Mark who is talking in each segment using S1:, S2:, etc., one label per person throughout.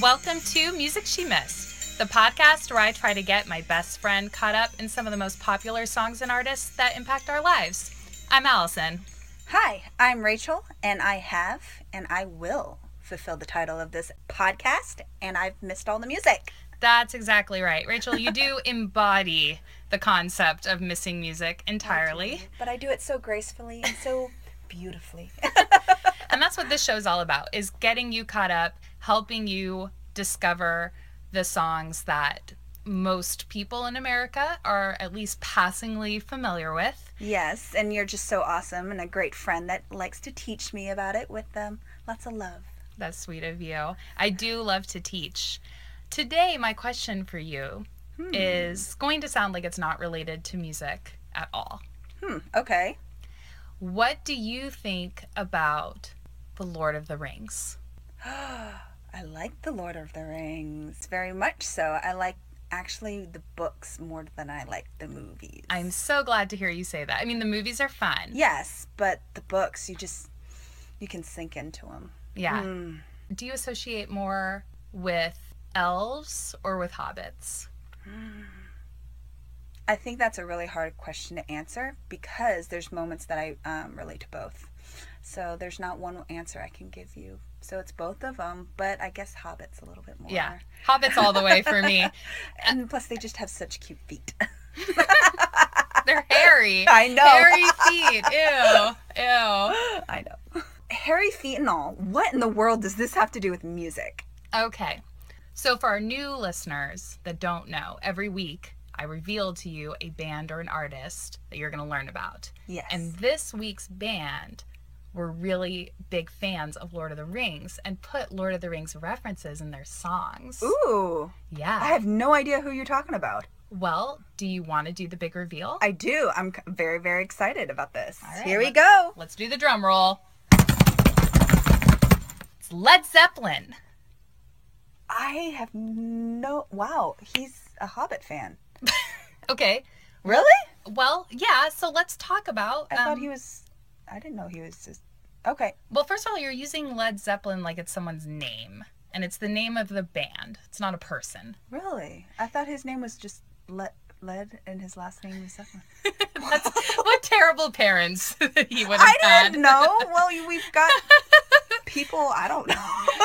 S1: Welcome to Music She Missed, the podcast where I try to get my best friend caught up in some of the most popular songs and artists that impact our lives. I'm Allison.
S2: Hi, I'm Rachel, and I have and I will fulfill the title of this podcast, and I've missed all the music.
S1: That's exactly right. Rachel, you do embody the concept of missing music entirely.
S2: But I do it so gracefully and so beautifully.
S1: And that's what this show's all about is getting you caught up, helping you discover the songs that most people in America are at least passingly familiar with.
S2: yes, and you're just so awesome and a great friend that likes to teach me about it with um, lots of love.
S1: That's sweet of you. I do love to teach. Today, my question for you
S2: Hmm.
S1: is going to sound like it's not related to music at all.
S2: Hmm, okay.
S1: What do you think about The Lord of the Rings?
S2: I like The Lord of the Rings very much so. I like actually the books more than I like the movies.
S1: I'm so glad to hear you say that. I mean, the movies are fun.
S2: Yes, but the books, you just, you can sink into Mm. them.
S1: Yeah.
S2: Mm-hmm.
S1: Do you associate more with elves or with hobbits?
S2: I think that's a really hard question to answer because there's moments that I um, relate to both. So there's not one answer I can give you. So it's both of them, but I guess hobbits a little bit more.
S1: Yeah. Hobbits all the way for me.
S2: And plus, they just have such cute feet.
S1: They're hairy.
S2: I know.
S1: Hairy feet. Ew. Ew.
S2: I know. Hairy feet and all. What in the world does this have to do with music?
S1: Okay. So, for our new listeners that don't know, every week I reveal to you a band or an artist that you're going to learn about.
S2: Yes.
S1: And this week's band were really big fans of Lord of the Rings and put Lord of the Rings references in their songs.
S2: Ooh,
S1: Yeah.
S2: I have no idea who you're talking about.
S1: Well, do you want to do the big reveal?
S2: I do. I'm c- very, very excited about this.
S1: All right,
S2: Here we
S1: let's-
S2: go.
S1: Let's do the drum roll. It's Led Zeppelin.
S2: I have no. Wow, he's a Hobbit fan.
S1: Okay.
S2: Really?
S1: Well, yeah, so let's talk about.
S2: I
S1: um,
S2: thought he was. I didn't know he was just. Okay.
S1: Well, first of all, you're using Led Zeppelin like it's someone's name, and it's the name of the band. It's not a person.
S2: Really? I thought his name was just Le- Led and his last name was Zeppelin.
S1: That's what terrible parents he would have
S2: I
S1: had.
S2: didn't know. Well, you- we've got people. I don't know.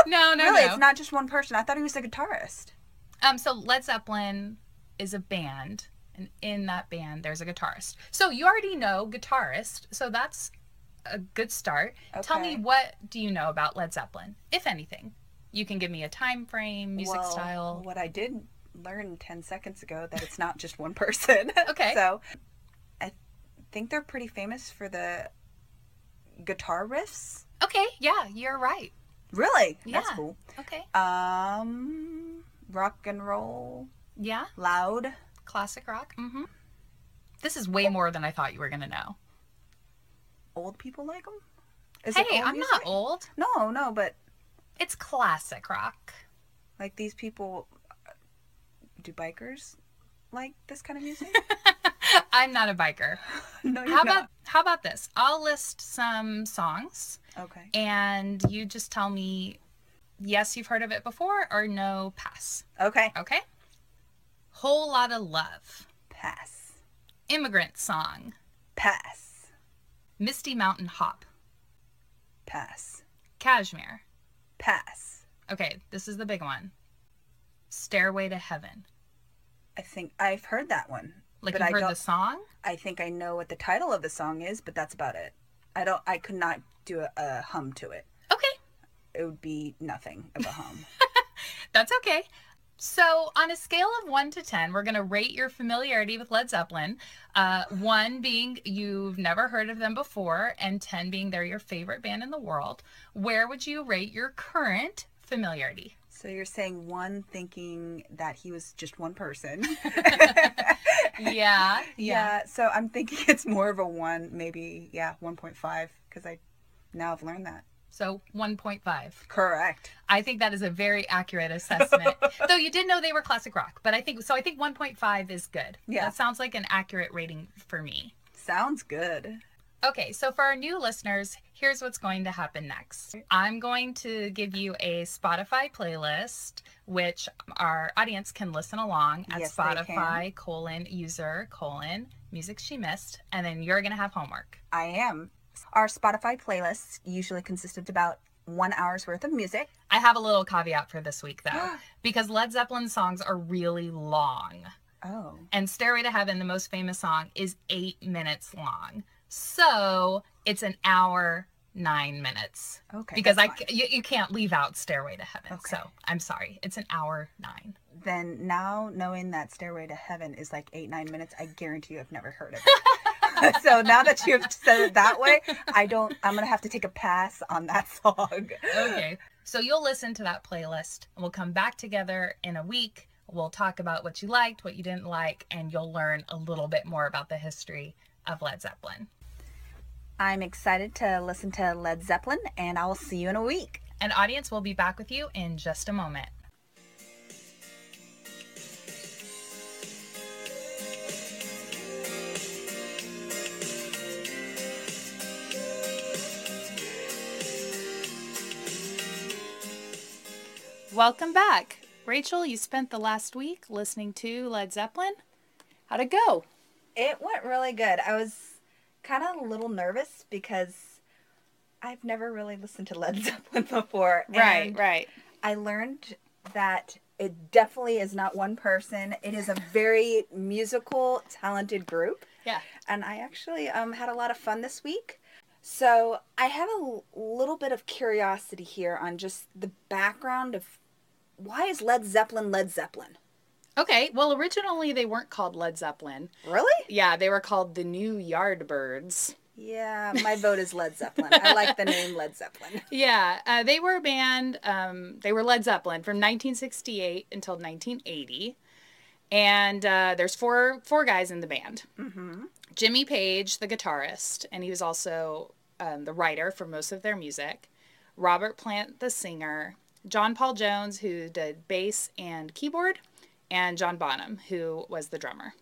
S1: No, no,
S2: really,
S1: no.
S2: it's not just one person. I thought he was a guitarist.
S1: Um, so Led Zeppelin is a band, and in that band, there's a guitarist. So you already know guitarist, so that's a good start. Tell me,
S2: Okay.
S1: what do you know about Led Zeppelin, if anything? You can give me a time frame, music
S2: Well,
S1: style.
S2: What I did learn 10 seconds ago that it's not just one person.
S1: Okay.
S2: so I think they're pretty famous for the guitar riffs.
S1: Okay, yeah, you're right.
S2: Really?
S1: Yeah.
S2: That's cool.
S1: Okay,
S2: Um, rock and roll,
S1: yeah,
S2: loud.
S1: classic rock. Mm-hmm. This is way more than I thought you were gonna know.
S2: Old people like them? Is
S1: Hey,
S2: old
S1: I'm
S2: music?
S1: not old.
S2: No, no, but
S1: It's classic rock.
S2: like these people, uh, do bikers like this kind of music?
S1: I'm not a biker.
S2: no, you're
S1: How
S2: not.
S1: about how about this? I'll list some songs.
S2: Okay.
S1: and you just tell me yes you've heard of it before or no pass
S2: Okay.
S1: okay whole lot of love
S2: Pass.
S1: immigrant song
S2: Pass.
S1: misty mountain hop
S2: Pass.
S1: Kashmir.
S2: Pass.
S1: okay this is the big one stairway to heaven
S2: I think I've heard that one.
S1: like
S2: but
S1: you've
S2: I
S1: heard
S2: don't,
S1: the song
S2: I think I know what the title of the song is, but that's about it. I don't. I could not do a, a hum to it.
S1: okay
S2: It would be nothing of a hum.
S1: That's okay. So, on a scale of one to 10, we're going to rate your familiarity with Led Zeppelin. Uh, one being you've never heard of them before, and 10 being they're your favorite band in the world. Where would you rate your current familiarity?
S2: so you're saying one thinking that he was just one person.
S1: Yeah.
S2: yeah. So I'm thinking it's more of a one, maybe yeah, one point five, because I now I've learned that.
S1: So, 1.5.
S2: Correct.
S1: I think that is a very accurate assessment. Though you did know they were classic rock, but I think so. I think 1.5 is good.
S2: Yeah.
S1: That sounds like an accurate rating for me.
S2: Sounds good.
S3: Okay, so for our new listeners, here's what's going to happen next. I'm going to give you a Spotify playlist, which our audience can listen along at
S2: Yes, they
S3: Spotify colon user colon music she missed, and then you're gonna have homework.
S2: I am. Our Spotify playlists usually consist of about one hour's worth of music.
S3: I have a little caveat for this week though, because Led Zeppelin songs are really long.
S2: Oh.
S3: And Stairway to Heaven, the most famous song, is eight minutes long. So it's an hour, nine minutes.
S2: Okay.
S3: because I
S2: that's
S3: c- you, you can't leave out Stairway to Heaven.
S2: Okay.
S3: So I'm sorry. It's an hour nine.
S2: fine. then now knowing that Stairway to Heaven is like eight nine minutes, I guarantee you I've never heard of it. so now that you have said it that way, I don't. I'm gonna have to take a pass on that song.
S3: Okay. So you'll listen to that playlist and we'll come back together in a week. We'll talk about what you liked, what you didn't like, and you'll learn a little bit more about the history of Led Zeppelin.
S2: I'm excited to listen to Led Zeppelin, and I will see you in a week.
S3: And audience, we'll be back with you in just a moment. Welcome back. Rachel, you spent the last week listening to Led Zeppelin. How'd it go?
S2: It went really good. I was kind of a little nervous because I've never really listened to Led Zeppelin before. and
S3: right.
S2: I learned that it definitely is not one person. It is a very musical, talented group.
S3: Yeah.
S2: And I actually um, had a lot of fun this week. So I have a l- little bit of curiosity here on just the background of why is Led Zeppelin Led Zeppelin?
S1: Okay, well, originally they weren't called Led Zeppelin.
S2: Really?
S1: Yeah, they were called the New Yardbirds.
S2: Yeah, my vote is Led Zeppelin. I like the name Led Zeppelin.
S1: Yeah, uh, they were a band, um, they were Led Zeppelin from 1968 until 1980. And uh, there's four four guys in the band.
S2: Mm-hmm.
S1: Jimmy Page, the guitarist, and he was also um, the writer for most of their music. Robert Plant, the singer. John Paul Jones, who did bass and keyboard, and John Bonham, who was the drummer.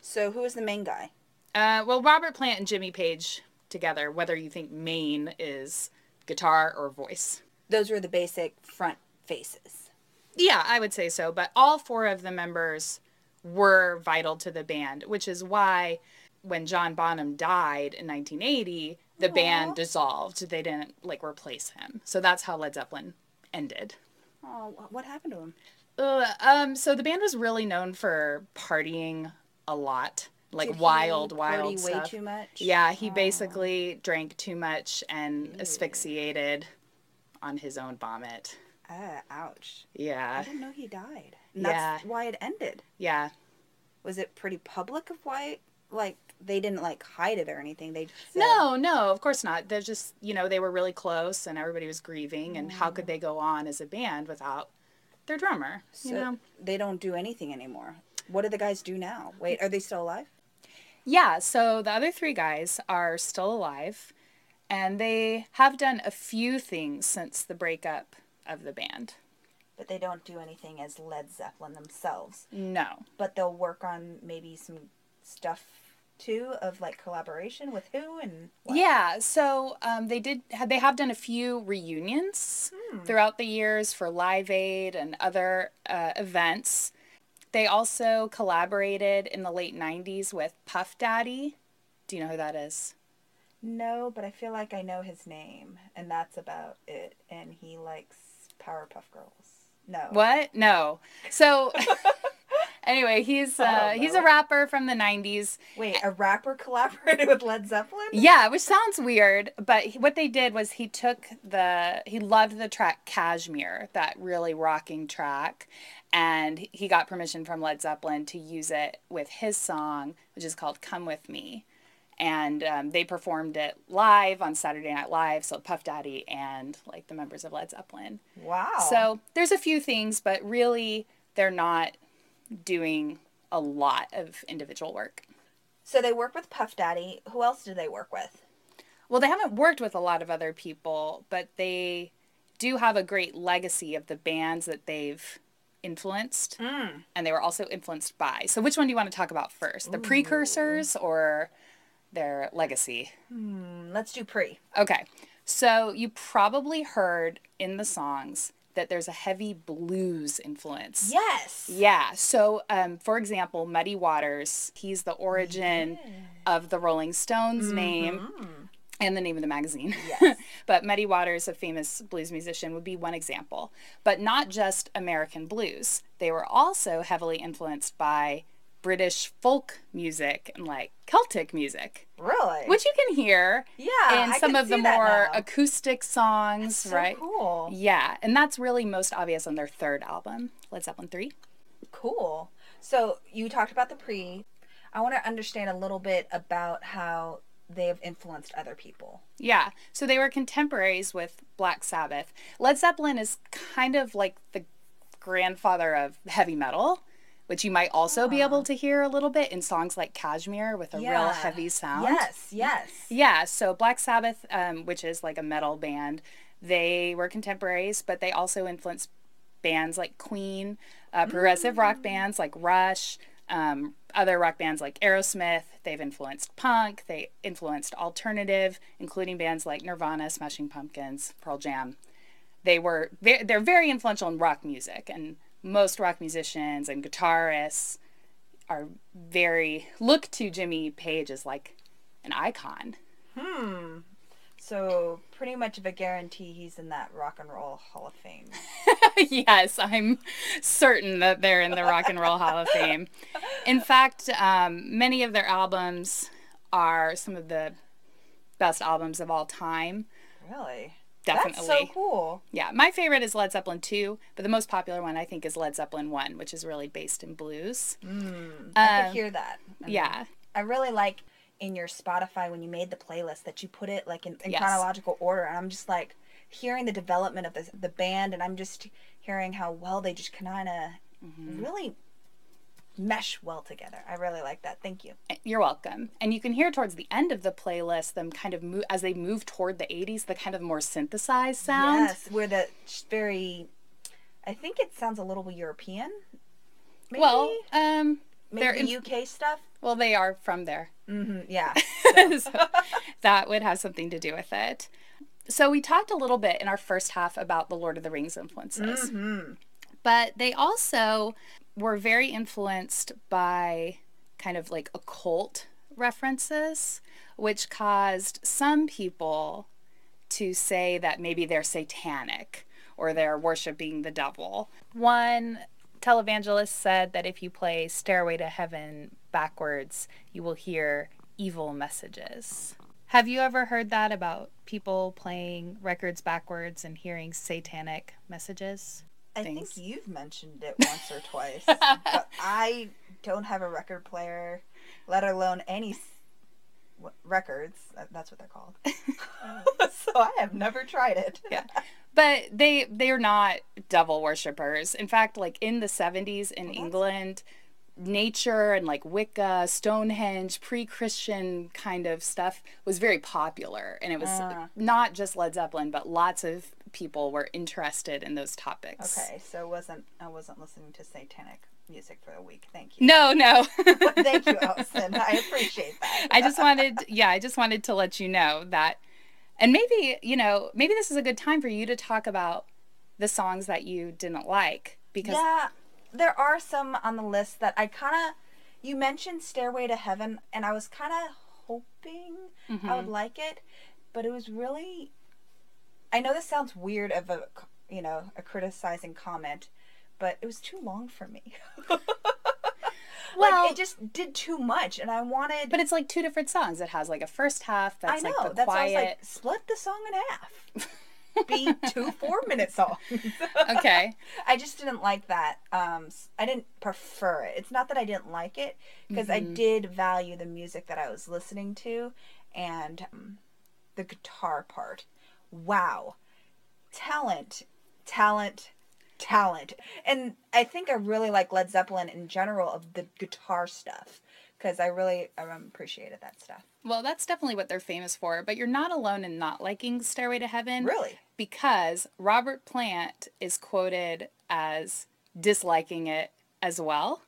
S2: So who is the main guy?
S1: Uh, well, Robert Plant and Jimmy Page together, whether you think main is guitar or voice.
S2: Those were the basic front faces.
S1: Yeah, I would say so. But all four of the members were vital to the band, which is why when John Bonham died in 1980, the band dissolved. They didn't like replace him. So that's how Led Zeppelin ended.
S2: Oh, wh- what happened to him?
S1: Ugh, um, so the band was really known for partying a lot, like
S2: Did he
S1: wild, wild
S2: party
S1: stuff.
S2: way too much.
S1: Yeah, he basically drank too much and asphyxiated on his own vomit.
S2: Ah, ouch. I
S1: Yeah.
S2: didn't know he died. And That's
S1: Yeah.
S2: why it ended.
S1: Yeah.
S2: Was it pretty public of why? Like they didn't like hide it or anything. They just said,
S1: No, no, of course not. They're just, you know, they were really close and everybody was grieving and how could they go on as a band without their drummer,
S2: So
S1: you know?
S2: they don't do anything anymore. What do the guys do now? Wait, are they still alive?
S1: Yeah, so the other three guys are still alive and they have done a few things since the breakup of the band.
S2: But they don't do anything as Led Zeppelin themselves.
S1: No.
S2: But they'll work on maybe some stuff too of like collaboration with who and what?
S1: Yeah, so um, they did. ha- They have done a few reunions
S2: Hmm.
S1: throughout the years for Live Aid and other uh, events. They also collaborated in the late '90s with Puff Daddy. Do you know who that is?
S2: No, but I feel like I know his name, and that's about it. And he likes Powerpuff Girls. No.
S1: What? No. So, anyway, he's uh,
S2: don't
S1: he's
S2: know.
S1: a rapper from the '90s.
S2: Wait, a rapper collaborated with Led Zeppelin?
S1: Yeah, which sounds weird, but he- what they did was he took the he loved the track Cashmere, that really rocking track, and he got permission from Led Zeppelin to use it with his song, which is called Come With Me. And um, they performed it live on Saturday Night Live, so Puff Daddy and like the members of Led Zeppelin.
S2: Wow.
S1: So there's a few things, but really they're not doing a lot of individual work.
S2: so they work with Puff Daddy. Who else do they work with?
S1: Well, they haven't worked with a lot of other people, but they do have a great legacy of the bands that they've influenced and they were also influenced by. So which one do you want to talk about first? The precursors or their legacy.
S2: Hmm, let's do pre.
S1: Okay. So you probably heard in the songs that there's a heavy blues influence.
S2: Yes.
S1: Yeah. So, um, for example, Muddy Waters, he's the origin
S2: Mm-hmm.
S1: of the Rolling Stones name and the name of the magazine.
S2: Yes.
S1: but Muddy Waters, a famous blues musician, would be one example. But not just American blues, they were also heavily influenced by British folk music and like Celtic music,
S2: Really?
S1: which you can hear
S2: yeah.
S1: in
S2: I
S1: some
S2: can
S1: of the
S2: see that
S1: more
S2: now.
S1: acoustic songs,
S2: So
S1: right?
S2: Cool.
S1: Yeah, and that's really most obvious on their third album, Led Zeppelin 3.
S2: Cool. So you talked about the pre. I want to understand a little bit about how they have influenced other people.
S1: Yeah, so they were contemporaries with Black Sabbath. Led Zeppelin is kind of like the grandfather of heavy metal, which you might also be able to hear a little bit in songs like Kashmir with a real
S2: Ah. Yeah.
S1: heavy sound.
S2: Yes. Yes.
S1: Yeah, so Black Sabbath, um, which is like a metal band, they were contemporaries, but they also influenced bands like Queen, uh, progressive rock bands like Rush, um, other rock bands like Aerosmith. They've influenced punk, they influenced alternative, including bands like Nirvana, Smashing Pumpkins, Pearl Jam. They were ve- they're very influential in rock music, and most rock musicians and guitarists are very look to Jimmy Page as like an icon.
S2: So pretty much of a guarantee he's in that rock and roll hall of fame.
S1: yes, I'm certain that they're in the Rock and Roll Hall of Fame. In fact, um, many of their albums are some of the best albums of all time.
S2: Really?
S1: Definitely.
S2: That's so cool.
S1: Yeah, my favorite is Led Zeppelin 2, but the most popular one I think is Led Zeppelin 1, which is really based in blues.
S2: Mm-hmm. I
S1: Um,
S2: could hear that.
S1: Yeah.
S2: I really like in your Spotify when you made the playlist that you put it like in, in
S1: Yes.
S2: chronological order, and I'm just like hearing the development of the the band, and I'm just hearing how well they just kind of
S1: Mm-hmm.
S2: really mesh well together. I really like that. Thank you.
S1: eh, You're welcome. And you can hear towards the end of the playlist them kind of move as they move toward the 80s, the kind of more synthesized sound.
S2: Yes, where the sh- very, I think it sounds a little European. Maybe?
S1: Well, um they're
S2: maybe
S1: in-
S2: UK stuff.
S1: well they are from there.
S2: hmm Yeah.
S1: So that would have something to do with it. So we talked a little bit in our first half about the Lord of the Rings influences, but they also were very influenced by kind of like occult references, which caused some people to say that maybe they're satanic or they're worshiping the devil. One televangelist said that if you play Stairway to Heaven backwards, you will hear evil messages. Have you ever heard that about people playing records backwards and hearing satanic messages?
S2: I
S1: Thanks.
S2: think you've mentioned it once or twice, but I don't have a record player, let alone any s- w- records. That- That's what they're called. so I have never tried it.
S1: Yeah. But they they're not devil worshippers. In fact, like in the 70s
S2: Oh,
S1: in England, nature and like Wicca, Stonehenge, pre-Christian kind of stuff was very popular and it was
S2: Ah.
S1: not just Led Zeppelin, but lots of people were interested in those topics.
S2: Okay, so it wasn't I wasn't listening to satanic music for the week. Thank you.
S1: No, no.
S2: Thank you, Allison. I appreciate that.
S1: I just wanted, yeah, I just wanted to let you know that, and maybe you know, maybe this is a good time for you to talk about the songs that you didn't like because
S2: Yeah, there are some on the list that I kind of. You mentioned Stairway to Heaven, and I was kind of hoping I
S1: Mm-hmm.
S2: would like it, but it was really. I know this sounds weird of a c- you know a criticizing comment, but it was too long for me.
S1: Well-
S2: like, it just did too much, and I wanted.
S1: but it's like two different songs. It has like a first half
S2: I
S1: that's
S2: know
S1: like the
S2: that's why I was
S1: quiet.
S2: like split the song in half. Be two four minute songs.
S1: okay,
S2: I just didn't like that. Um, s- I didn't prefer it. It's not that I didn't like it, because
S1: Mm-hmm.
S2: I did value the music that I was listening to, and um, the guitar part. Wow, talent, talent, talent. And I think I really like Led Zeppelin in general of the guitar stuff, because I really um, appreciated that stuff.
S1: well that's definitely what they're famous for. But you're not alone in not liking Stairway to Heaven.
S2: Really?
S1: because Robert Plant is quoted as disliking it as well.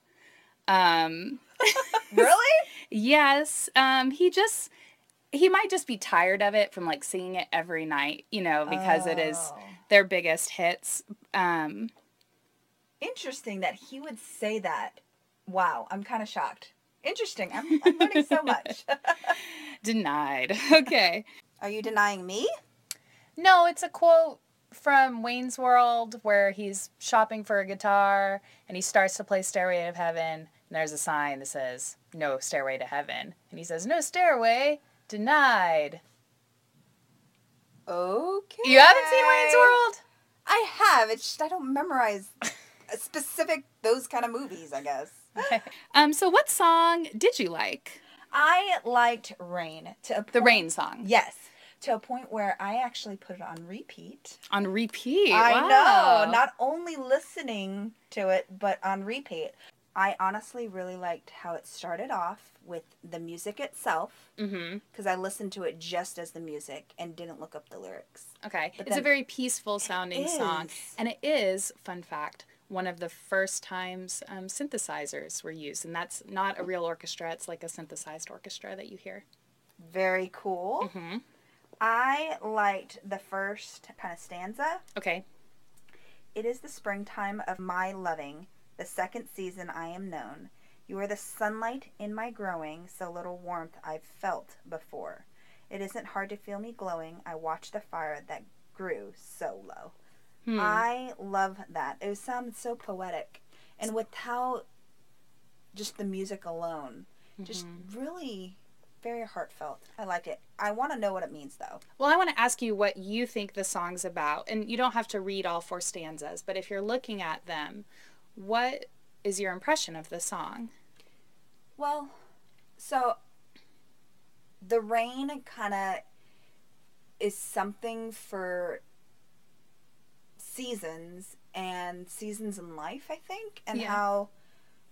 S1: Um,
S2: Really?
S1: Yes, um, he just he might just be tired of it from like singing it every night, you know, because it is
S2: Oh.
S1: their biggest hits. Um,
S2: Interesting that he would say that. Wow, I'm kind of shocked. Interesting. I'm, I'm learning so much.
S1: denied. Okay.
S2: Are you denying me?
S3: No, it's a quote from Wayne's World where he's shopping for a guitar and he starts to play Stairway of Heaven and there's a sign that says no stairway to heaven and he says no stairway denied.
S2: Okay.
S3: You haven't seen Wayne's World?
S2: I have. It's just I don't memorize specific those kind of movies. I guess.
S1: Um, so what song did you like?
S2: I liked Rain to a
S1: The
S2: point-
S1: rain song
S2: Yes, to a point where I actually put it on repeat.
S1: on repeat.
S2: I
S1: Wow.
S2: know. Not only listening to it, but on repeat. I honestly really liked how it started off with the music itself
S1: Mhm.
S2: because I listened to it just as the music and didn't look up the lyrics.
S1: Okay.
S2: But
S1: it's a
S2: then-
S1: very peaceful sounding song.
S2: is.
S1: And it is, fun fact, one of the first times um, synthesizers were used. And that's not a real orchestra, it's like a synthesized orchestra that you hear.
S2: Very cool.
S1: hmm
S2: I liked the first kind of stanza.
S1: Okay.
S2: It is the springtime of my loving, the second season I am known. You are the sunlight in my growing, so little warmth I've felt before. It isn't hard to feel me glowing. I watch the fire that grew so low.
S1: Hmm.
S2: I love that. It sounded so poetic. And with how just the music alone, just really very heartfelt. I liked it. I want to know what it means though.
S1: Well, I want to ask you what you think the song's about. And you don't have to read all four stanzas, but if you're looking at them, what is your impression of the song?
S2: Well, so the rain kind of is something for seasons and seasons in life, I think, and
S1: Yeah.
S2: how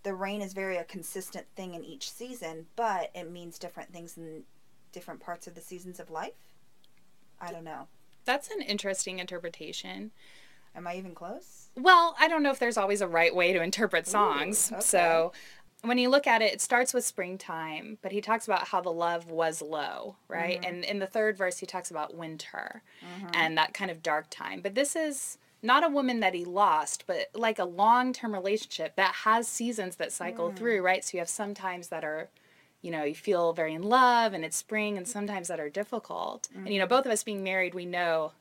S2: the rain is very a consistent thing in each season, but it means different things in different parts of the seasons of life. I don't know.
S1: That's an interesting interpretation.
S2: Am I even close?
S1: Well, I don't know if there's always a right way to interpret songs.
S2: okay.
S1: So when you look at it, it starts with springtime, but he talks about how the love was low, right? And in the third verse, he talks about winter and that kind of dark time. But this is not a woman that he lost, but like a long term relationship that has seasons that cycle through, right? So you have some times that are. You know, you feel very in love and it's spring, and sometimes that are difficult. And, you know, both of us being married, we know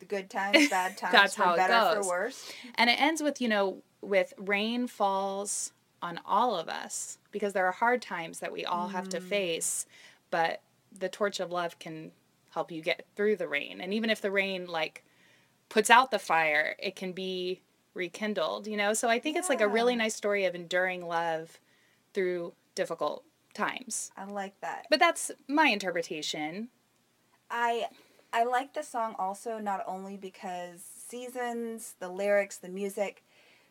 S2: The good times, bad times,
S1: That's
S2: for
S1: how it
S2: better
S1: goes.
S2: for worse.
S1: And it ends with, you know, with rain falls on all of us because there are hard times that we all have
S2: Mm.
S1: to face, but the torch of love can help you get through the rain. And even if the rain like puts out the fire, it can be rekindled, you know? So I think it's like a really nice story of enduring love through difficult times.
S2: I like that.
S1: But that's my interpretation.
S2: I I like the song also not only because seasons, the lyrics, the music,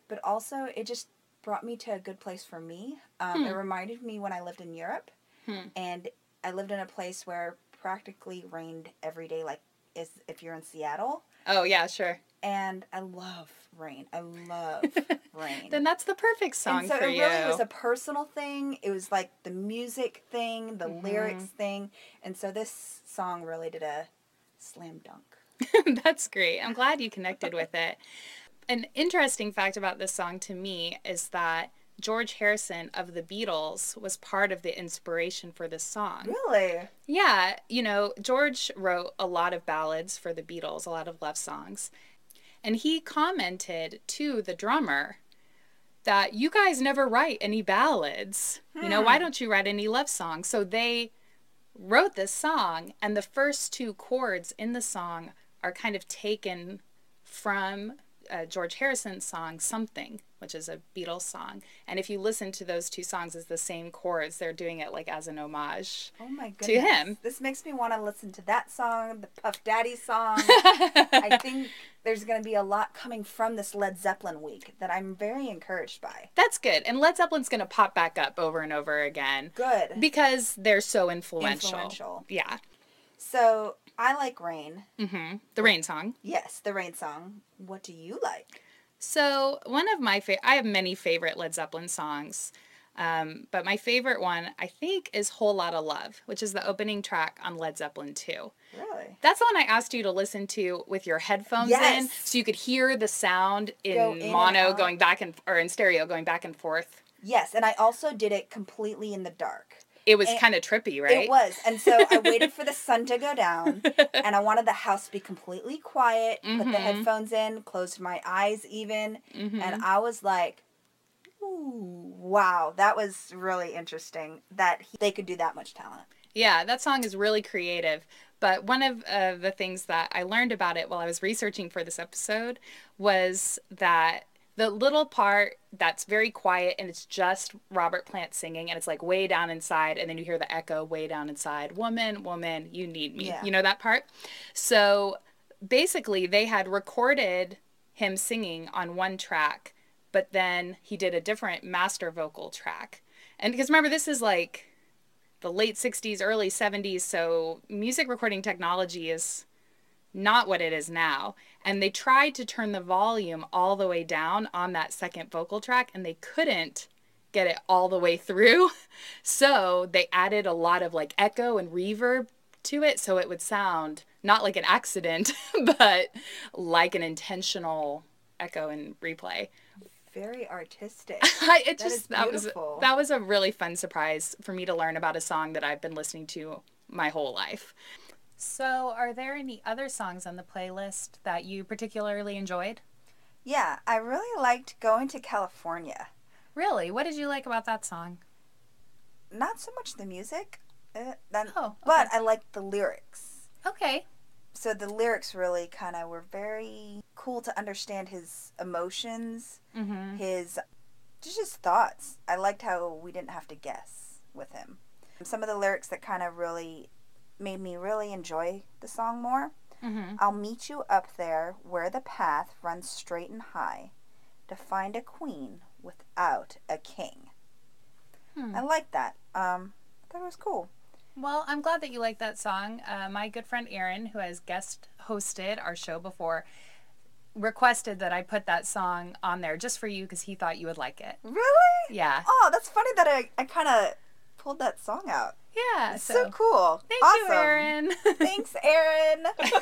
S2: but also it just brought me to a good place for me. Um, It reminded me when I lived in Europe,
S1: Hmm.
S2: and I lived in a place where practically rained every day, like is if you're in Seattle.
S1: Oh, yeah, sure.
S2: And I love rain. I love rain.
S1: Then that's the perfect song
S2: and so
S1: for
S2: it
S1: you.
S2: really was a personal thing. It was like the music thing, the
S1: Mm-hmm.
S2: lyrics thing, and so this song really did a slam dunk.
S1: That's great. I'm glad you connected with it. An interesting fact about this song to me is that George Harrison of the Beatles was part of the inspiration for this song.
S2: Really?
S1: Yeah, you know, George wrote a lot of ballads for the Beatles, a lot of love songs. And he commented to the drummer that you guys never write any ballads. You know, why don't you write any love songs? So they wrote this song, and the first two chords in the song are kind of taken from uh, George Harrison's song "Something," which is a Beatles song. And if you listen to those two songs, it's the same chords. They're doing it like as an homage.
S2: Oh my goodness.
S1: him.
S2: This makes me want to listen to that song, the Puff Daddy song. I think there's going to be a lot coming from this Led Zeppelin week that I'm very encouraged by.
S1: That's good. And Led Zeppelin's going to pop back up over and over again
S2: Good.
S1: because they're so influential.
S2: Influential.
S1: Yeah.
S2: So I like Rain.
S1: hmm The rain song.
S2: Yes, the Rain song. What do you like?
S1: So one of my favorite, I have many favorite Led Zeppelin songs. Um, but my favorite one, I think, is Whole Lot of Love, which is the opening track on Led Zeppelin 2.
S2: Really?
S1: That's the one I asked you to listen to with your headphones in,
S2: Yes.
S1: so you could hear the sound in,
S2: Go in and
S1: mono
S2: out.
S1: going back and or in stereo going back and forth.
S2: Yes, and I also did it completely in the dark.
S1: It was
S2: And-
S1: kind of trippy, right?
S2: It was. And so I waited for the sun to go down and I wanted the house to be completely quiet, put
S1: Mhm.
S2: the headphones in, closed my eyes even,
S1: Mhm.
S2: and I was like, Ooh, wow, that was really interesting that he, they could do that much talent.
S1: Yeah, that song is really creative. But one of uh, the things that I learned about it while I was researching for this episode was that the little part that's very quiet and it's just Robert Plant singing and it's like way down inside and then you hear the echo way down inside woman woman you need me
S2: Yeah.
S1: you know that part so basically they had recorded him singing on one track but then he did a different master vocal track and because remember this is like the late 60s, early 70s. So music recording technology is not what it is now. And they tried to turn the volume all the way down on that second vocal track and they couldn't get it all the way through. So they added a lot of like echo and reverb to it so it would sound not like an accident, but like an intentional echo and replay.
S2: Very artistic.
S1: I, it
S2: That
S1: just
S2: is
S1: that was
S2: beautiful.
S1: that was a really fun surprise for me to learn about a song that I've been listening to my whole life.
S3: So, are there any other songs on the playlist that you particularly enjoyed?
S2: yeah, I really liked going to California.
S3: Really? What did you like about that song?
S2: Not so much the music, uh, then,
S3: Oh,
S2: but I liked the lyrics.
S3: Okay.
S2: so the lyrics really kind of were very cool to understand his emotions,
S3: Mm-hmm.
S2: his just his thoughts. I liked how we didn't have to guess with him. Some of the lyrics that kind of really made me really enjoy the song more.
S3: Mm-hmm.
S2: I'll meet you up there where the path runs straight and high to find a queen without a king.
S3: Hmm.
S2: I like that. Um, that was cool.
S3: Well, I'm glad that you like that song. Uh, my good friend Erin, who has guest hosted our show before, requested that I put that song on there just for you because he thought you would like it.
S2: Really?
S3: Yeah.
S2: Oh, that's funny that I, I kind of pulled that song out.
S3: Yeah.
S2: That's
S3: Uh, So,
S2: so, cool.
S3: thank
S2: awesome.
S3: you, Erin.
S2: Thanks, Aaron.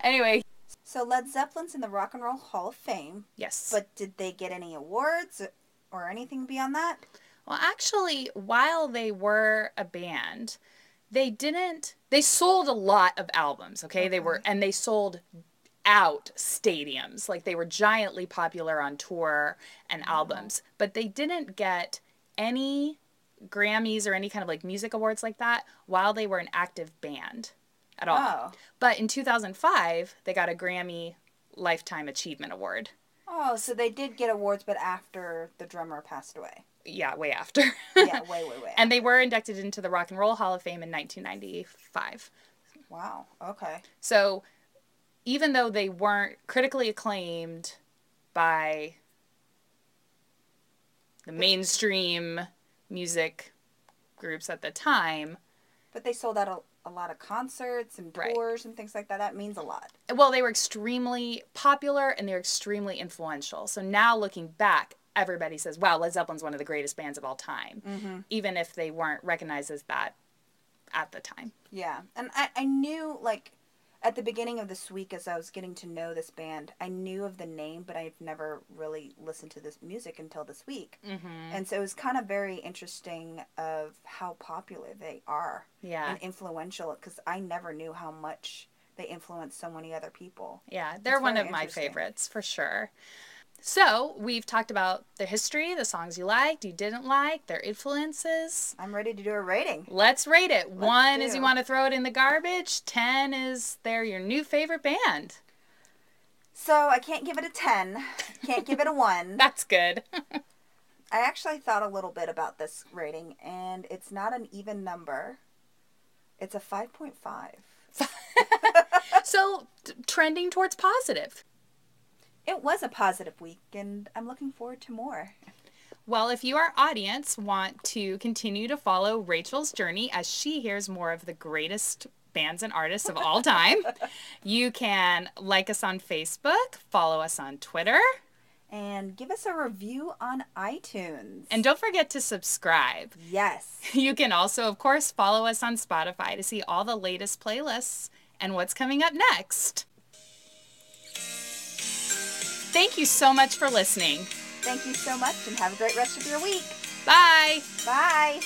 S1: anyway,
S2: so Led Zeppelin's in the Rock and Roll Hall of Fame,
S1: yes.
S2: but did they get any awards or anything beyond that?
S1: well, actually, while they were a band, they didn't they sold a lot of albums, okay? They were and they sold out stadiums. Like they were giantly popular on tour and albums, but they didn't get any Grammys or any kind of like music awards like that while they were an active band at all.
S2: Oh.
S1: But in 2005, they got a Grammy Lifetime Achievement Award.
S2: Oh, so they did get awards, but after the drummer passed away.
S1: Yeah, way after.
S2: Yeah, way, way, way.
S1: and they were inducted into the Rock and Roll Hall of Fame in 1995.
S2: wow. Okay.
S1: So even though they weren't critically acclaimed by the mainstream music groups at the time,
S2: But they sold out a, a lot of concerts and
S1: Right.
S2: tours and things like that. That means a lot.
S1: well, they were extremely popular and they're extremely influential. So now looking back, everybody says, wow, Led Zeppelin's one of the greatest bands of all time, even if they weren't recognized as that at the time.
S2: Yeah. And I, I knew, like, at the beginning of this week, as I was getting to know this band, I knew of the name, but I've never really listened to this music until this week.
S1: Mm-hmm.
S2: And so it was kind of very interesting of how popular they are
S1: Yeah.
S2: and influential because I never knew how much they influence so many other people.
S1: Yeah, they're
S2: That's
S1: one
S2: very
S1: of my
S2: interesting.
S1: favorites for sure. So we've talked about the history, the songs you liked, you didn't like, their influences.
S2: I'm ready to do a rating.
S1: Let's rate it. one is you
S2: do.
S1: want to throw it in the garbage. Ten is they're your new favorite band.
S2: So I can't give it a 10, can't give it a 1.
S1: That's good.
S2: I actually thought a little bit about this rating, and it's not an even number, it's a 5.5.
S1: so t- trending towards positive.
S2: It was a positive week, and I'm looking forward to more.
S1: Well, if you, our audience, want to continue to follow Rachel's journey as she hears more of the greatest bands and artists of all time, you can like us on Facebook, follow us on Twitter.
S2: and give us a review on iTunes.
S1: And don't forget to subscribe.
S2: yes,
S1: You can also, of course, follow us on Spotify to see all the latest playlists and what's coming up next. Thank you so much for listening.
S2: thank you so much and have a great rest of your week.
S1: Bye.
S2: Bye.